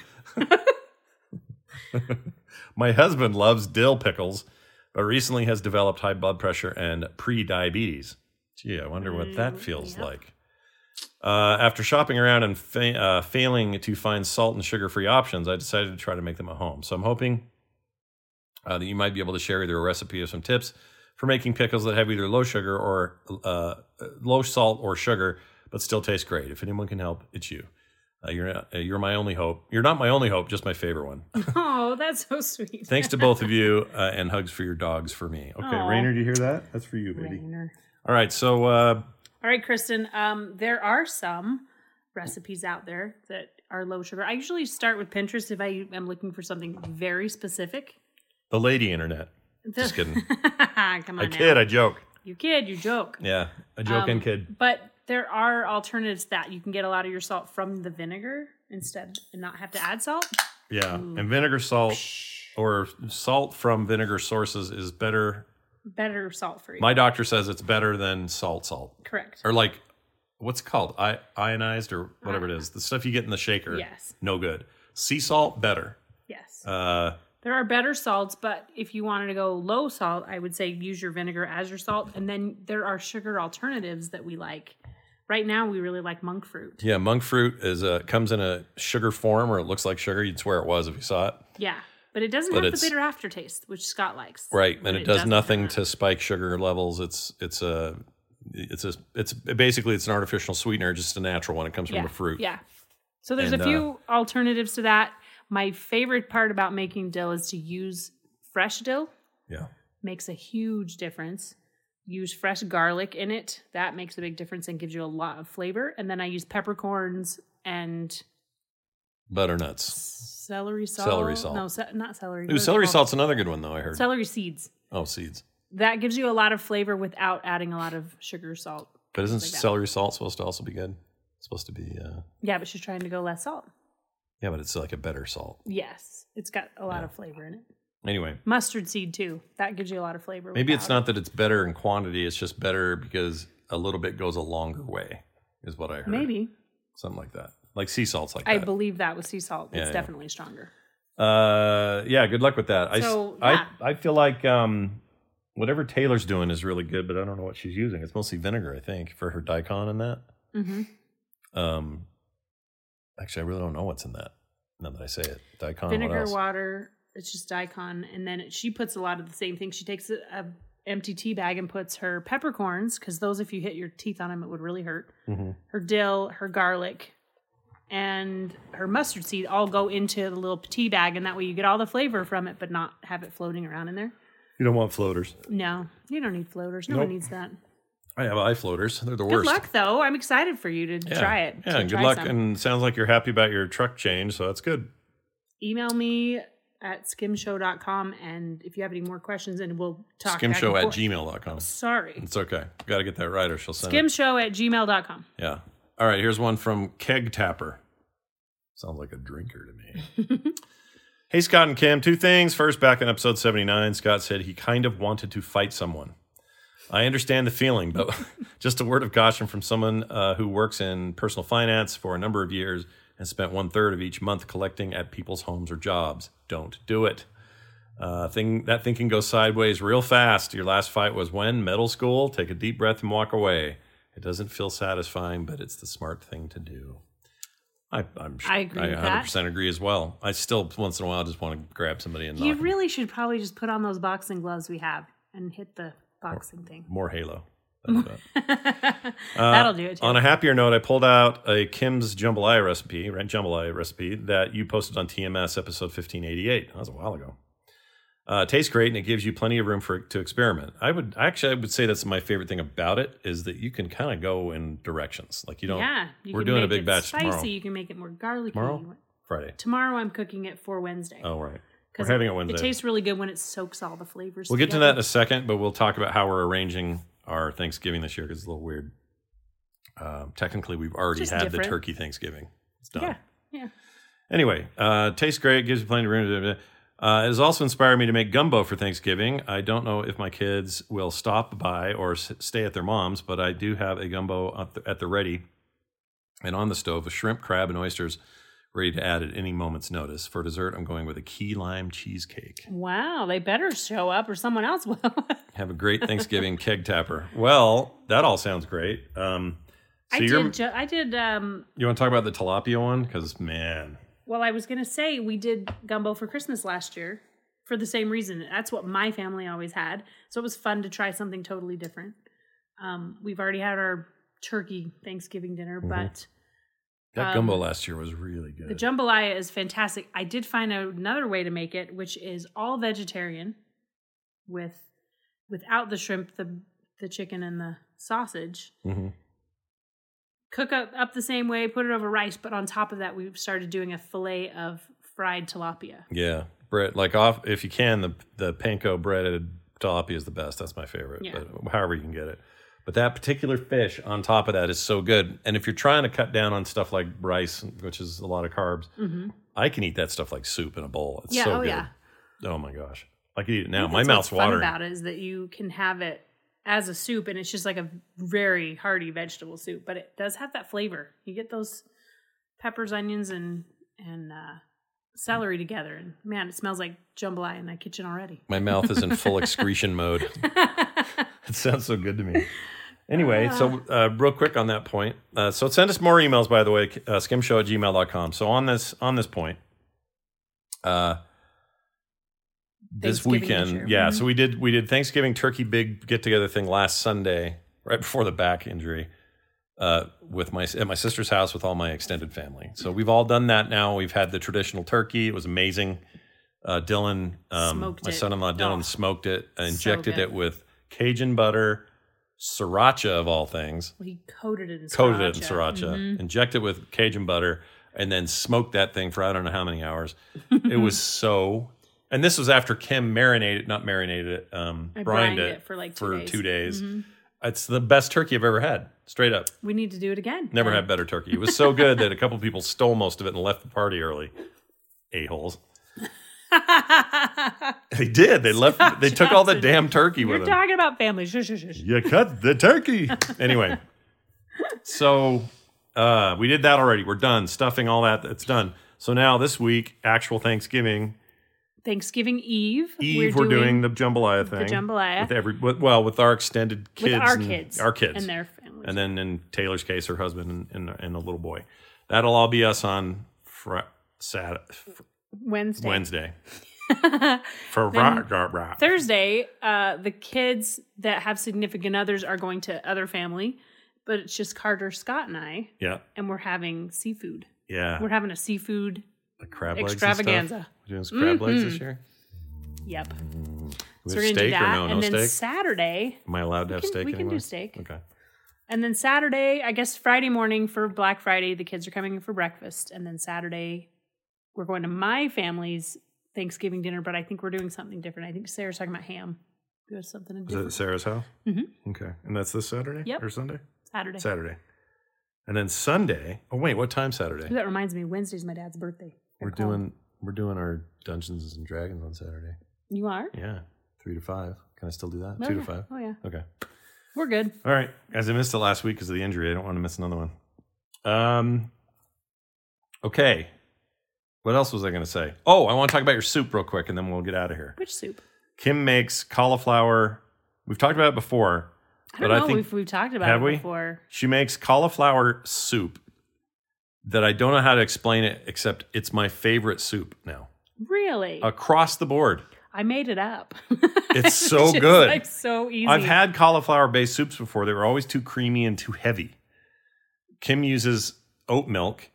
[SPEAKER 4] my husband loves dill pickles, but recently has developed high blood pressure and pre-diabetes. Gee, I wonder what that feels like. Uh, after shopping around and fa- uh, failing to find salt and sugar-free options, I decided to try to make them at home. So I'm hoping uh, that you might be able to share either a recipe or some tips for making pickles that have either low sugar or uh, low salt or sugar, but still taste great. If anyone can help, it's you. Uh, you're uh, you're my only hope. You're not my only hope, just my favorite one.
[SPEAKER 5] Oh, that's so sweet.
[SPEAKER 4] Thanks to both of you, uh, and hugs for your dogs for me. Okay,
[SPEAKER 5] Aw.
[SPEAKER 4] Rainer, do you hear that? That's for you, baby.
[SPEAKER 5] Rainer.
[SPEAKER 4] All right, so uh,
[SPEAKER 5] All right, Kristen. Um, there are some recipes out there that are low sugar. I usually start with Pinterest if I am looking for something very specific.
[SPEAKER 4] the lady internet. Just kidding.
[SPEAKER 5] Come on,
[SPEAKER 4] I
[SPEAKER 5] now.
[SPEAKER 4] kid. I joke.
[SPEAKER 5] You kid. You joke.
[SPEAKER 4] Yeah, I joke and
[SPEAKER 5] Um,
[SPEAKER 4] kid.
[SPEAKER 5] But there are alternatives that you can get a lot of your salt from the vinegar instead and not have to add salt.
[SPEAKER 4] Yeah, and vinegar salt or salt from vinegar sources is better.
[SPEAKER 5] Better salt free.
[SPEAKER 4] My doctor says it's better than salt salt
[SPEAKER 5] Correct.
[SPEAKER 4] or like what's it called I, ionized or whatever it is. The stuff you get in the shaker.
[SPEAKER 5] Uh, Yes.
[SPEAKER 4] No good. Sea salt better.
[SPEAKER 5] yes.
[SPEAKER 4] Uh,
[SPEAKER 5] there are better salts, but if you wanted to go low salt, I would say use your vinegar as your salt. And then there are sugar alternatives that we like. Right now, we really like monk fruit.
[SPEAKER 4] yeah, monk fruit is a comes in a sugar form or it looks like sugar. You'd swear it was if you saw it.
[SPEAKER 5] Yeah. But it doesn't
[SPEAKER 4] But
[SPEAKER 5] have the
[SPEAKER 4] it's-
[SPEAKER 5] bitter aftertaste, which Scott likes.
[SPEAKER 4] Right, and
[SPEAKER 5] But
[SPEAKER 4] it, does
[SPEAKER 5] doesn't
[SPEAKER 4] nothing
[SPEAKER 5] have
[SPEAKER 4] to spike sugar levels. It's it's a it's a it's basically it's an artificial sweetener, just a natural one. It comes
[SPEAKER 5] yeah.
[SPEAKER 4] from a fruit.
[SPEAKER 5] Yeah. So there's
[SPEAKER 4] And,
[SPEAKER 5] a
[SPEAKER 4] uh,
[SPEAKER 5] few alternatives to that. My favorite part about making dill is to use fresh dill.
[SPEAKER 4] yeah.
[SPEAKER 5] Makes a huge difference. Use fresh garlic in it. That makes a big difference and gives you a lot of flavor. And then I use peppercorns and
[SPEAKER 4] Butternuts.
[SPEAKER 5] celery salt.
[SPEAKER 4] Celery salt.
[SPEAKER 5] No, ce- not celery.
[SPEAKER 4] Ooh,
[SPEAKER 5] What is it
[SPEAKER 4] celery
[SPEAKER 5] called?
[SPEAKER 4] salt's another good one though. I heard.
[SPEAKER 5] Celery seeds.
[SPEAKER 4] oh, seeds.
[SPEAKER 5] That gives you a lot of flavor without adding a lot of sugar, salt.
[SPEAKER 4] But isn't
[SPEAKER 5] like that.
[SPEAKER 4] celery salt supposed to also be good? It's supposed to be. Uh,
[SPEAKER 5] Yeah, but she's trying to go less salt.
[SPEAKER 4] yeah, but it's like a better salt.
[SPEAKER 5] Yes, it's got a lot of flavor in it.
[SPEAKER 4] Anyway,
[SPEAKER 5] Mustard seed too. That gives you a lot of flavor.
[SPEAKER 4] maybe it's
[SPEAKER 5] without-
[SPEAKER 4] not that it's better in quantity. It's just better because a little bit goes a longer way, is what I heard.
[SPEAKER 5] Maybe
[SPEAKER 4] something like that. Like sea salts, like
[SPEAKER 5] I
[SPEAKER 4] that.
[SPEAKER 5] believe that with sea salt,
[SPEAKER 4] Yeah,
[SPEAKER 5] it's
[SPEAKER 4] yeah.
[SPEAKER 5] definitely stronger.
[SPEAKER 4] Uh, yeah. Good luck with that. I s-
[SPEAKER 5] So,
[SPEAKER 4] I,
[SPEAKER 5] yeah.
[SPEAKER 4] I feel like um, whatever Taylor's doing is really good, but I don't know what she's using. It's mostly vinegar, I think, for her daikon and that.
[SPEAKER 5] Mm-hmm.
[SPEAKER 4] Um, actually, I really don't know what's in that. Now that I say it, daikon. Oh, what
[SPEAKER 5] Vinegar
[SPEAKER 4] else?
[SPEAKER 5] water. It's just daikon, and then it, she puts a lot of the same things. She takes a, a empty tea bag and puts her peppercorns because those, if you hit your teeth on them, it would really hurt.
[SPEAKER 4] Mhm.
[SPEAKER 5] Her dill, her garlic, and her mustard seed all go into the little tea bag, and that way you get all the flavor from it, but not have it floating around in there.
[SPEAKER 4] You don't want floaters.
[SPEAKER 5] No, you don't need floaters. No one
[SPEAKER 4] Nope.
[SPEAKER 5] needs that.
[SPEAKER 4] I have eye floaters. They're the
[SPEAKER 5] Good
[SPEAKER 4] worst.
[SPEAKER 5] luck, though. I'm excited for you to
[SPEAKER 4] Yeah.
[SPEAKER 5] try it.
[SPEAKER 4] Yeah,
[SPEAKER 5] to
[SPEAKER 4] and good
[SPEAKER 5] try
[SPEAKER 4] luck.
[SPEAKER 5] some.
[SPEAKER 4] And sounds like you're happy about your truck change, so that's good.
[SPEAKER 5] Email me at skimshow.com, and if you have any more questions, and we'll talk. back
[SPEAKER 4] Skimshow
[SPEAKER 5] and
[SPEAKER 4] at
[SPEAKER 5] forth.
[SPEAKER 4] gmail.com.
[SPEAKER 5] Sorry.
[SPEAKER 4] It's okay. Got to get that right, or she'll send it.
[SPEAKER 5] Skimshow at gmail.com.
[SPEAKER 4] Yeah. All right. Here's one from Keg Tapper. Sounds like a drinker to me. hey, Scott and Kim. Two things. First, back in episode 79, Scott said he kind of wanted to fight someone. I understand the feeling, but just a word of caution from someone uh, who works in personal finance for a number of years and spent one third of each month collecting at people's homes or jobs. Don't do it. Uh, thing that thing can go sideways real fast. Your last fight was when middle school. Take a deep breath and walk away. It doesn't feel satisfying, but it's the smart thing to do. I, I'm
[SPEAKER 5] I agree
[SPEAKER 4] I
[SPEAKER 5] with that.
[SPEAKER 4] 100% agree as well. I still once in a while just want to grab somebody and knock
[SPEAKER 5] You
[SPEAKER 4] 'em.
[SPEAKER 5] really should probably just put on those boxing gloves we have and hit the boxing thing.
[SPEAKER 4] more Halo. That's about it. Uh,
[SPEAKER 5] That'll do it. Too.
[SPEAKER 4] On a happier note, I pulled out a Kim's jambalaya recipe, right? Jambalaya recipe that you posted on TMS episode 1588. That was a while ago. Uh, it tastes great and it gives you plenty of room for to experiment. I would actually, I would say that's my favorite thing about it is that you can kind of go in directions. Like you don't.
[SPEAKER 5] yeah, you
[SPEAKER 4] we're
[SPEAKER 5] can
[SPEAKER 4] doing a
[SPEAKER 5] make
[SPEAKER 4] big
[SPEAKER 5] it
[SPEAKER 4] batch
[SPEAKER 5] spicy.
[SPEAKER 4] tomorrow.
[SPEAKER 5] You can make it more garlicky.
[SPEAKER 4] Tomorrow? Friday.
[SPEAKER 5] Tomorrow I'm cooking it for Wednesday.
[SPEAKER 4] Oh right, we're
[SPEAKER 5] 'Cause
[SPEAKER 4] having it
[SPEAKER 5] It
[SPEAKER 4] Wednesday.
[SPEAKER 5] tastes really good when it soaks all the flavors.
[SPEAKER 4] we'll get to
[SPEAKER 5] together.
[SPEAKER 4] that in a second, but we'll talk about how we're arranging our Thanksgiving this year because it's a little weird. Um, technically, we've already
[SPEAKER 5] Just
[SPEAKER 4] had
[SPEAKER 5] different.
[SPEAKER 4] the turkey Thanksgiving. It's done.
[SPEAKER 5] Yeah, yeah.
[SPEAKER 4] Anyway, uh, tastes great, gives you plenty of room. Uh, it has also inspired me to make gumbo for Thanksgiving. I don't know if my kids will stop by or s- stay at their mom's, but I do have a gumbo at the, at the ready and on the stove with shrimp, crab, and oysters ready to add at any moment's notice. For dessert, I'm going with a key lime cheesecake.
[SPEAKER 5] Wow, they better show up or someone else will.
[SPEAKER 4] Have a great Thanksgiving, keg tapper. Well, that all sounds great. Um, so
[SPEAKER 5] I
[SPEAKER 4] you're,
[SPEAKER 5] did. Ju- I did. Um,
[SPEAKER 4] you want to talk about the tilapia one? Because man,
[SPEAKER 5] well, I was gonna say we did gumbo for Christmas last year for the same reason. That's what my family always had, so it was fun to try something totally different. Um, we've already had our turkey Thanksgiving dinner, but
[SPEAKER 4] that
[SPEAKER 5] Um,
[SPEAKER 4] gumbo last year was really good.
[SPEAKER 5] the jambalaya is fantastic. I did find another way to make it, which is all vegetarian, with without the shrimp, the the chicken, and the sausage.
[SPEAKER 4] Mhm.
[SPEAKER 5] cook up, up the same way, put it over rice, but on top of that, we started doing a fillet of fried tilapia.
[SPEAKER 4] Yeah, bread like off if you can the the panko breaded tilapia is the best. That's my favorite.
[SPEAKER 5] Yeah.
[SPEAKER 4] But however you can get it. But that particular fish on top of that is so good. And if you're trying to cut down on stuff like rice, which is a lot of carbs, I can eat that stuff like soup in a bowl. It's
[SPEAKER 5] Mm-hmm. Yeah,
[SPEAKER 4] so
[SPEAKER 5] oh
[SPEAKER 4] good.
[SPEAKER 5] yeah.
[SPEAKER 4] Oh my gosh. I could eat it now.
[SPEAKER 5] think
[SPEAKER 4] My
[SPEAKER 5] that's what's
[SPEAKER 4] mouth's
[SPEAKER 5] fun
[SPEAKER 4] watering.
[SPEAKER 5] About it is that you can have it as a soup, and it's just like a very hearty vegetable soup, but it does have that flavor. You get those peppers, onions, and and uh, celery together, and man, it smells like jambalaya in my kitchen already.
[SPEAKER 4] My mouth is in full excretion mode. It sounds so good to me. Anyway, so uh, real quick on that point. Uh, so send us more emails, by the way, uh, skimshow at gmail.com. So on this, on this point, uh, this
[SPEAKER 5] Thanksgiving
[SPEAKER 4] weekend,
[SPEAKER 5] this year.
[SPEAKER 4] yeah. So we did, we did Thanksgiving turkey big get together thing last Sunday, right before the back injury, uh, with my, at my sister's house with all my extended family. So we've all done that now. We've had the traditional turkey. It was amazing. Uh, Dylan, um,
[SPEAKER 5] Smoked
[SPEAKER 4] my
[SPEAKER 5] it.
[SPEAKER 4] son-in-law Dylan
[SPEAKER 5] Oh.
[SPEAKER 4] smoked it, injected
[SPEAKER 5] good.
[SPEAKER 4] it with Cajun butter, sriracha of all things,
[SPEAKER 5] Well, he coated it in sriracha. mm-hmm.
[SPEAKER 4] coated it in sriracha, injected with Cajun butter, and then smoked that thing for I don't know how many hours. it was so. And this was after Kim marinated, not marinated it, um,
[SPEAKER 5] I
[SPEAKER 4] brined, it,
[SPEAKER 5] brined it for like two
[SPEAKER 4] for
[SPEAKER 5] days. Mm-hmm.
[SPEAKER 4] two days. It's the best turkey I've ever had, straight up.
[SPEAKER 5] We need to do it again.
[SPEAKER 4] Never had better turkey. It was so good that a couple people stole most of it and left the party early. A holes. They did. They left. they took all the damn turkey
[SPEAKER 5] You're
[SPEAKER 4] with them.
[SPEAKER 5] talking about family. Shush, shush, shush.
[SPEAKER 4] You cut the turkey. anyway, so uh, we did that already. We're done stuffing all that. It's done. So now this week, actual Thanksgiving
[SPEAKER 5] Thanksgiving Eve.
[SPEAKER 4] Eve, we're, doing, the jambalaya thing.
[SPEAKER 5] jambalaya.
[SPEAKER 4] with every with, well with our extended kids,
[SPEAKER 5] with our
[SPEAKER 4] and-
[SPEAKER 5] kids,
[SPEAKER 4] our kids,
[SPEAKER 5] and their families.
[SPEAKER 4] and then in Taylor's case, her husband and and, and a little boy. That'll all be us on fr- Sat
[SPEAKER 5] Wednesday.
[SPEAKER 4] Wednesday. For rah, rah, rah.
[SPEAKER 5] Thursday, uh, the kids that have significant others are going to other family, but it's just Carter, Scott, and I,
[SPEAKER 4] yeah,
[SPEAKER 5] and we're having seafood.
[SPEAKER 4] yeah,
[SPEAKER 5] We're having a seafood.
[SPEAKER 4] the crab legs and stuff.
[SPEAKER 5] extravaganza.
[SPEAKER 4] We're doing some crab legs this year.
[SPEAKER 5] Yep.
[SPEAKER 4] We
[SPEAKER 5] so
[SPEAKER 4] have
[SPEAKER 5] we're gonna
[SPEAKER 4] steak
[SPEAKER 5] do that,
[SPEAKER 4] or no?
[SPEAKER 5] and
[SPEAKER 4] no
[SPEAKER 5] then
[SPEAKER 4] steak.
[SPEAKER 5] Saturday,
[SPEAKER 4] Am I allowed to have
[SPEAKER 5] can-
[SPEAKER 4] steak?
[SPEAKER 5] we can do
[SPEAKER 4] anymore?
[SPEAKER 5] steak.
[SPEAKER 4] Okay.
[SPEAKER 5] and then Saturday, I guess Friday morning for Black Friday, the kids are coming in for breakfast, and then Saturday, we're going to my family's Thanksgiving dinner. But I think we're doing something different. I think Sarah's talking about ham. Do something
[SPEAKER 4] Is it
[SPEAKER 5] different
[SPEAKER 4] Sarah's house? Mm-hmm. Okay, and that's this Saturday
[SPEAKER 5] Yep.
[SPEAKER 4] or Sunday?
[SPEAKER 5] Saturday.
[SPEAKER 4] Saturday, and then Sunday. Oh wait, what time Saturday?
[SPEAKER 5] That reminds me, Wednesday's my dad's birthday.
[SPEAKER 4] We're doing we're doing our Dungeons and Dragons on Saturday.
[SPEAKER 5] You are.
[SPEAKER 4] Yeah, three to five. Can I still do that?
[SPEAKER 5] Oh,
[SPEAKER 4] Two
[SPEAKER 5] yeah.
[SPEAKER 4] to five.
[SPEAKER 5] Oh, yeah.
[SPEAKER 4] Okay.
[SPEAKER 5] We're good.
[SPEAKER 4] All right, guys. I missed it last week because of the injury. I don't want to miss another one. Um. Okay. What else was I going to say? Oh, I want to talk about your soup real quick, and then we'll get out of here.
[SPEAKER 5] Which soup?
[SPEAKER 4] Kim makes cauliflower. We've talked about it before.
[SPEAKER 5] I don't
[SPEAKER 4] but
[SPEAKER 5] know
[SPEAKER 4] I think
[SPEAKER 5] if we've talked about
[SPEAKER 4] have
[SPEAKER 5] it
[SPEAKER 4] we?
[SPEAKER 5] before.
[SPEAKER 4] She makes cauliflower soup that I don't know how to explain it, except it's my favorite soup now
[SPEAKER 5] Really?
[SPEAKER 4] across the board.
[SPEAKER 5] I made it up.
[SPEAKER 4] Uh, It's so
[SPEAKER 5] just,
[SPEAKER 4] good.
[SPEAKER 5] like, so easy.
[SPEAKER 4] I've had cauliflower based soups before, they were always too creamy and too heavy. Kim uses oat milk,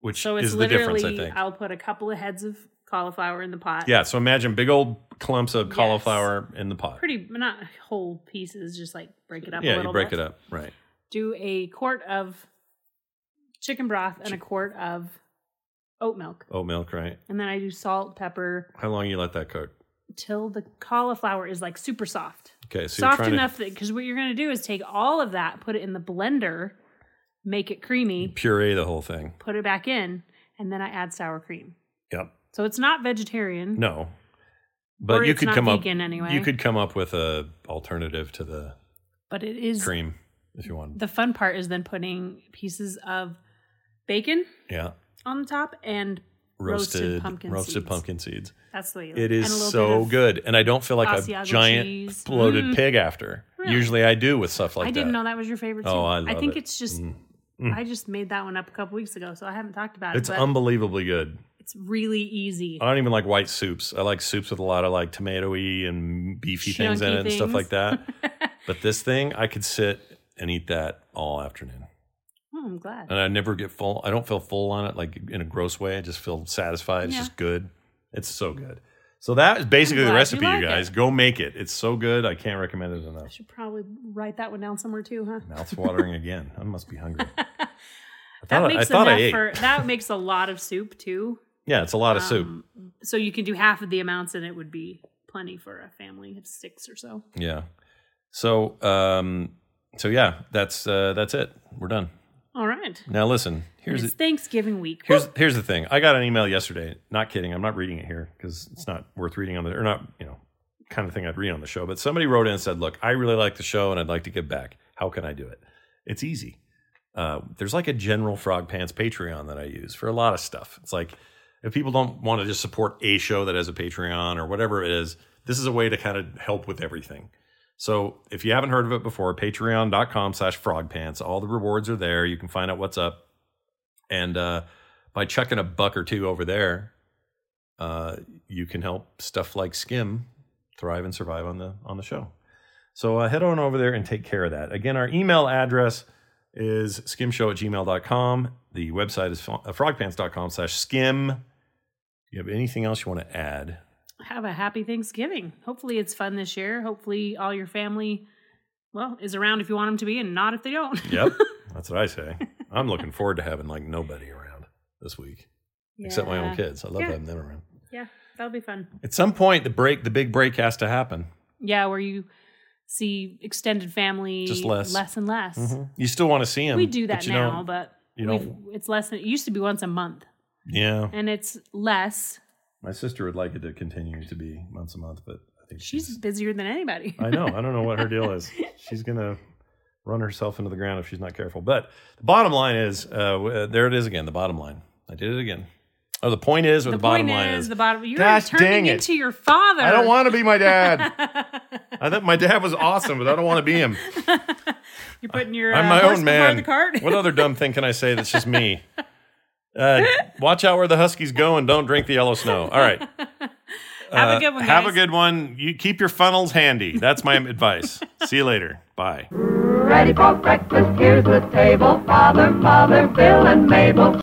[SPEAKER 4] which
[SPEAKER 5] so it's
[SPEAKER 4] is the
[SPEAKER 5] literally
[SPEAKER 4] difference, I think.
[SPEAKER 5] I'll put a couple of heads of cauliflower in the pot.
[SPEAKER 4] yeah, so imagine big old clumps of cauliflower in the pot.
[SPEAKER 5] Pretty not whole pieces, just like break it up a
[SPEAKER 4] yeah,
[SPEAKER 5] little
[SPEAKER 4] you break
[SPEAKER 5] bit.
[SPEAKER 4] it up. Right.
[SPEAKER 5] Do a quart of chicken broth and a quart of oat milk.
[SPEAKER 4] Oat milk, right?
[SPEAKER 5] And then I do salt, pepper
[SPEAKER 4] How long you let that cook?
[SPEAKER 5] till the cauliflower is like super soft.
[SPEAKER 4] Okay, so you're
[SPEAKER 5] soft
[SPEAKER 4] trying
[SPEAKER 5] enough that because what you're going to do is take all of that, put it in the blender, make it
[SPEAKER 4] to
[SPEAKER 5] creamy,
[SPEAKER 4] puree the whole thing.
[SPEAKER 5] put it back in, and then I add sour cream.
[SPEAKER 4] Yep.
[SPEAKER 5] So it's not vegetarian.
[SPEAKER 4] No. But
[SPEAKER 5] Mm-hmm. Or
[SPEAKER 4] you
[SPEAKER 5] it's
[SPEAKER 4] could
[SPEAKER 5] not
[SPEAKER 4] come
[SPEAKER 5] vegan
[SPEAKER 4] up
[SPEAKER 5] anyway.
[SPEAKER 4] You could come up with a alternative to the
[SPEAKER 5] but it is.
[SPEAKER 4] cream if you wanted.
[SPEAKER 5] The fun part is then putting pieces of bacon
[SPEAKER 4] yeah.
[SPEAKER 5] on the top and roasted,
[SPEAKER 4] Roasted
[SPEAKER 5] pumpkin.
[SPEAKER 4] roasted
[SPEAKER 5] seeds.
[SPEAKER 4] pumpkin seeds.
[SPEAKER 5] That's the way you like
[SPEAKER 4] It
[SPEAKER 5] and a little
[SPEAKER 4] is so
[SPEAKER 5] bit of-
[SPEAKER 4] good. And I don't feel like a
[SPEAKER 5] Asiago
[SPEAKER 4] giant
[SPEAKER 5] cheese.
[SPEAKER 4] bloated
[SPEAKER 5] Mm.
[SPEAKER 4] pig after.
[SPEAKER 5] Really?
[SPEAKER 4] Usually I do with stuff like
[SPEAKER 5] I
[SPEAKER 4] that.
[SPEAKER 5] didn't know that was your favorite.
[SPEAKER 4] Oh,
[SPEAKER 5] soup.
[SPEAKER 4] I love
[SPEAKER 5] think
[SPEAKER 4] it. Mm.
[SPEAKER 5] it's just. I just made that one up a couple weeks ago, so I haven't talked about
[SPEAKER 4] It's Uh,
[SPEAKER 5] it. But
[SPEAKER 4] unbelievably good.
[SPEAKER 5] it's really easy.
[SPEAKER 4] I don't even like white soups. I like soups with a lot of like tomatoey and beefy things in
[SPEAKER 5] Chunky
[SPEAKER 4] it and stuff
[SPEAKER 5] things.
[SPEAKER 4] like that. but this thing, I could sit and eat that all afternoon.
[SPEAKER 5] Oh, I'm glad.
[SPEAKER 4] and I never get full. I don't feel full on it like in a gross way. I just feel satisfied. It's
[SPEAKER 5] Yeah.
[SPEAKER 4] just good. It's so good. So that is basically the
[SPEAKER 5] glad you
[SPEAKER 4] recipe, you,
[SPEAKER 5] like
[SPEAKER 4] guys.
[SPEAKER 5] it.
[SPEAKER 4] Go make it. It's so good. I can't recommend it
[SPEAKER 5] I
[SPEAKER 4] enough.
[SPEAKER 5] should probably write that one down somewhere too, huh?
[SPEAKER 4] Mouth's watering again. I must be hungry. I
[SPEAKER 5] That
[SPEAKER 4] thought, I,
[SPEAKER 5] makes
[SPEAKER 4] thought I
[SPEAKER 5] enough
[SPEAKER 4] ate.
[SPEAKER 5] for that makes a lot of soup too.
[SPEAKER 4] yeah, it's a lot of
[SPEAKER 5] um,
[SPEAKER 4] soup.
[SPEAKER 5] So you can do half of the amounts, and it would be plenty for a family of six or so.
[SPEAKER 4] Yeah. So, um, so yeah, that's uh, that's it. We're done.
[SPEAKER 5] All right.
[SPEAKER 4] Now listen, here's
[SPEAKER 5] it's Thanksgiving week.
[SPEAKER 4] here's here's the thing. I got an email yesterday. Not kidding. I'm not reading it here because it's not worth reading on the or not you know kind of thing I'd read on the show. But somebody wrote in and said, "Look, I really like the show and I'd like to give back. How can I do it? It's easy. Uh, there's like a general Frog Pants Patreon that I use for a lot of stuff. It's like if people don't want to just support a show that has a Patreon or whatever it is, this is a way to kind of help with everything. So if you haven't heard of it before, patreon.com slash frogpants. All the rewards are there. You can find out what's up. And uh, by chucking a buck or two over there, uh, you can help stuff like Skim thrive and survive on the on the show. So uh, head on over there and take care of that. Again, our email address is skimshow at gmail.com. The website is fro- uh, frogpants.com slash skim. Do you have anything else you want to add?
[SPEAKER 5] Have a happy Thanksgiving. Hopefully it's fun this year. Hopefully all your family, well, is around if you want them to be and not if they don't.
[SPEAKER 4] Yep. that's what I say. I'm looking forward to having like nobody around this week except my
[SPEAKER 5] Yeah.
[SPEAKER 4] own kids. I love
[SPEAKER 5] Yeah.
[SPEAKER 4] having them around.
[SPEAKER 5] Yeah, that'll be fun.
[SPEAKER 4] At some point, the break, the big break has to happen.
[SPEAKER 5] Yeah, where you see extended family
[SPEAKER 4] Just less.
[SPEAKER 5] and less.
[SPEAKER 4] You still want to see them.
[SPEAKER 5] We do that
[SPEAKER 4] you
[SPEAKER 5] now,
[SPEAKER 4] don't-
[SPEAKER 5] but
[SPEAKER 4] you
[SPEAKER 5] we've-
[SPEAKER 4] don't-
[SPEAKER 5] it's less than it used to be once a month,
[SPEAKER 4] yeah,
[SPEAKER 5] and it's less.
[SPEAKER 4] my sister would like it to continue to be months a month, but I think she's.
[SPEAKER 5] She's busier than anybody.
[SPEAKER 4] I know. I don't know what her deal is. She's gonna run herself into the ground if she's not careful. But the bottom line is, uh, w- uh, there it is again. The bottom line. I did it again. Oh, the point is, or the, bottom
[SPEAKER 5] point
[SPEAKER 4] line
[SPEAKER 5] is,
[SPEAKER 4] is,
[SPEAKER 5] the bottom. You're
[SPEAKER 4] Gosh,
[SPEAKER 5] turning
[SPEAKER 4] dang it.
[SPEAKER 5] into your father.
[SPEAKER 4] I don't want to be my dad. I thought my dad was awesome, but I don't want to be him.
[SPEAKER 5] You're putting your.
[SPEAKER 4] I'm
[SPEAKER 5] uh,
[SPEAKER 4] my
[SPEAKER 5] horse
[SPEAKER 4] own man.
[SPEAKER 5] Before the cart.
[SPEAKER 4] what other dumb thing can I say that's just me? Uh, watch out where the Huskies go and don't drink the yellow snow. All right.
[SPEAKER 5] Have
[SPEAKER 4] Uh,
[SPEAKER 5] a good one.
[SPEAKER 4] Have a
[SPEAKER 5] guys.
[SPEAKER 4] good one. You keep your funnels handy. That's my advice. See you later. Bye.
[SPEAKER 6] Ready for breakfast, here's the table. Father, Mother, Bill and Mabel.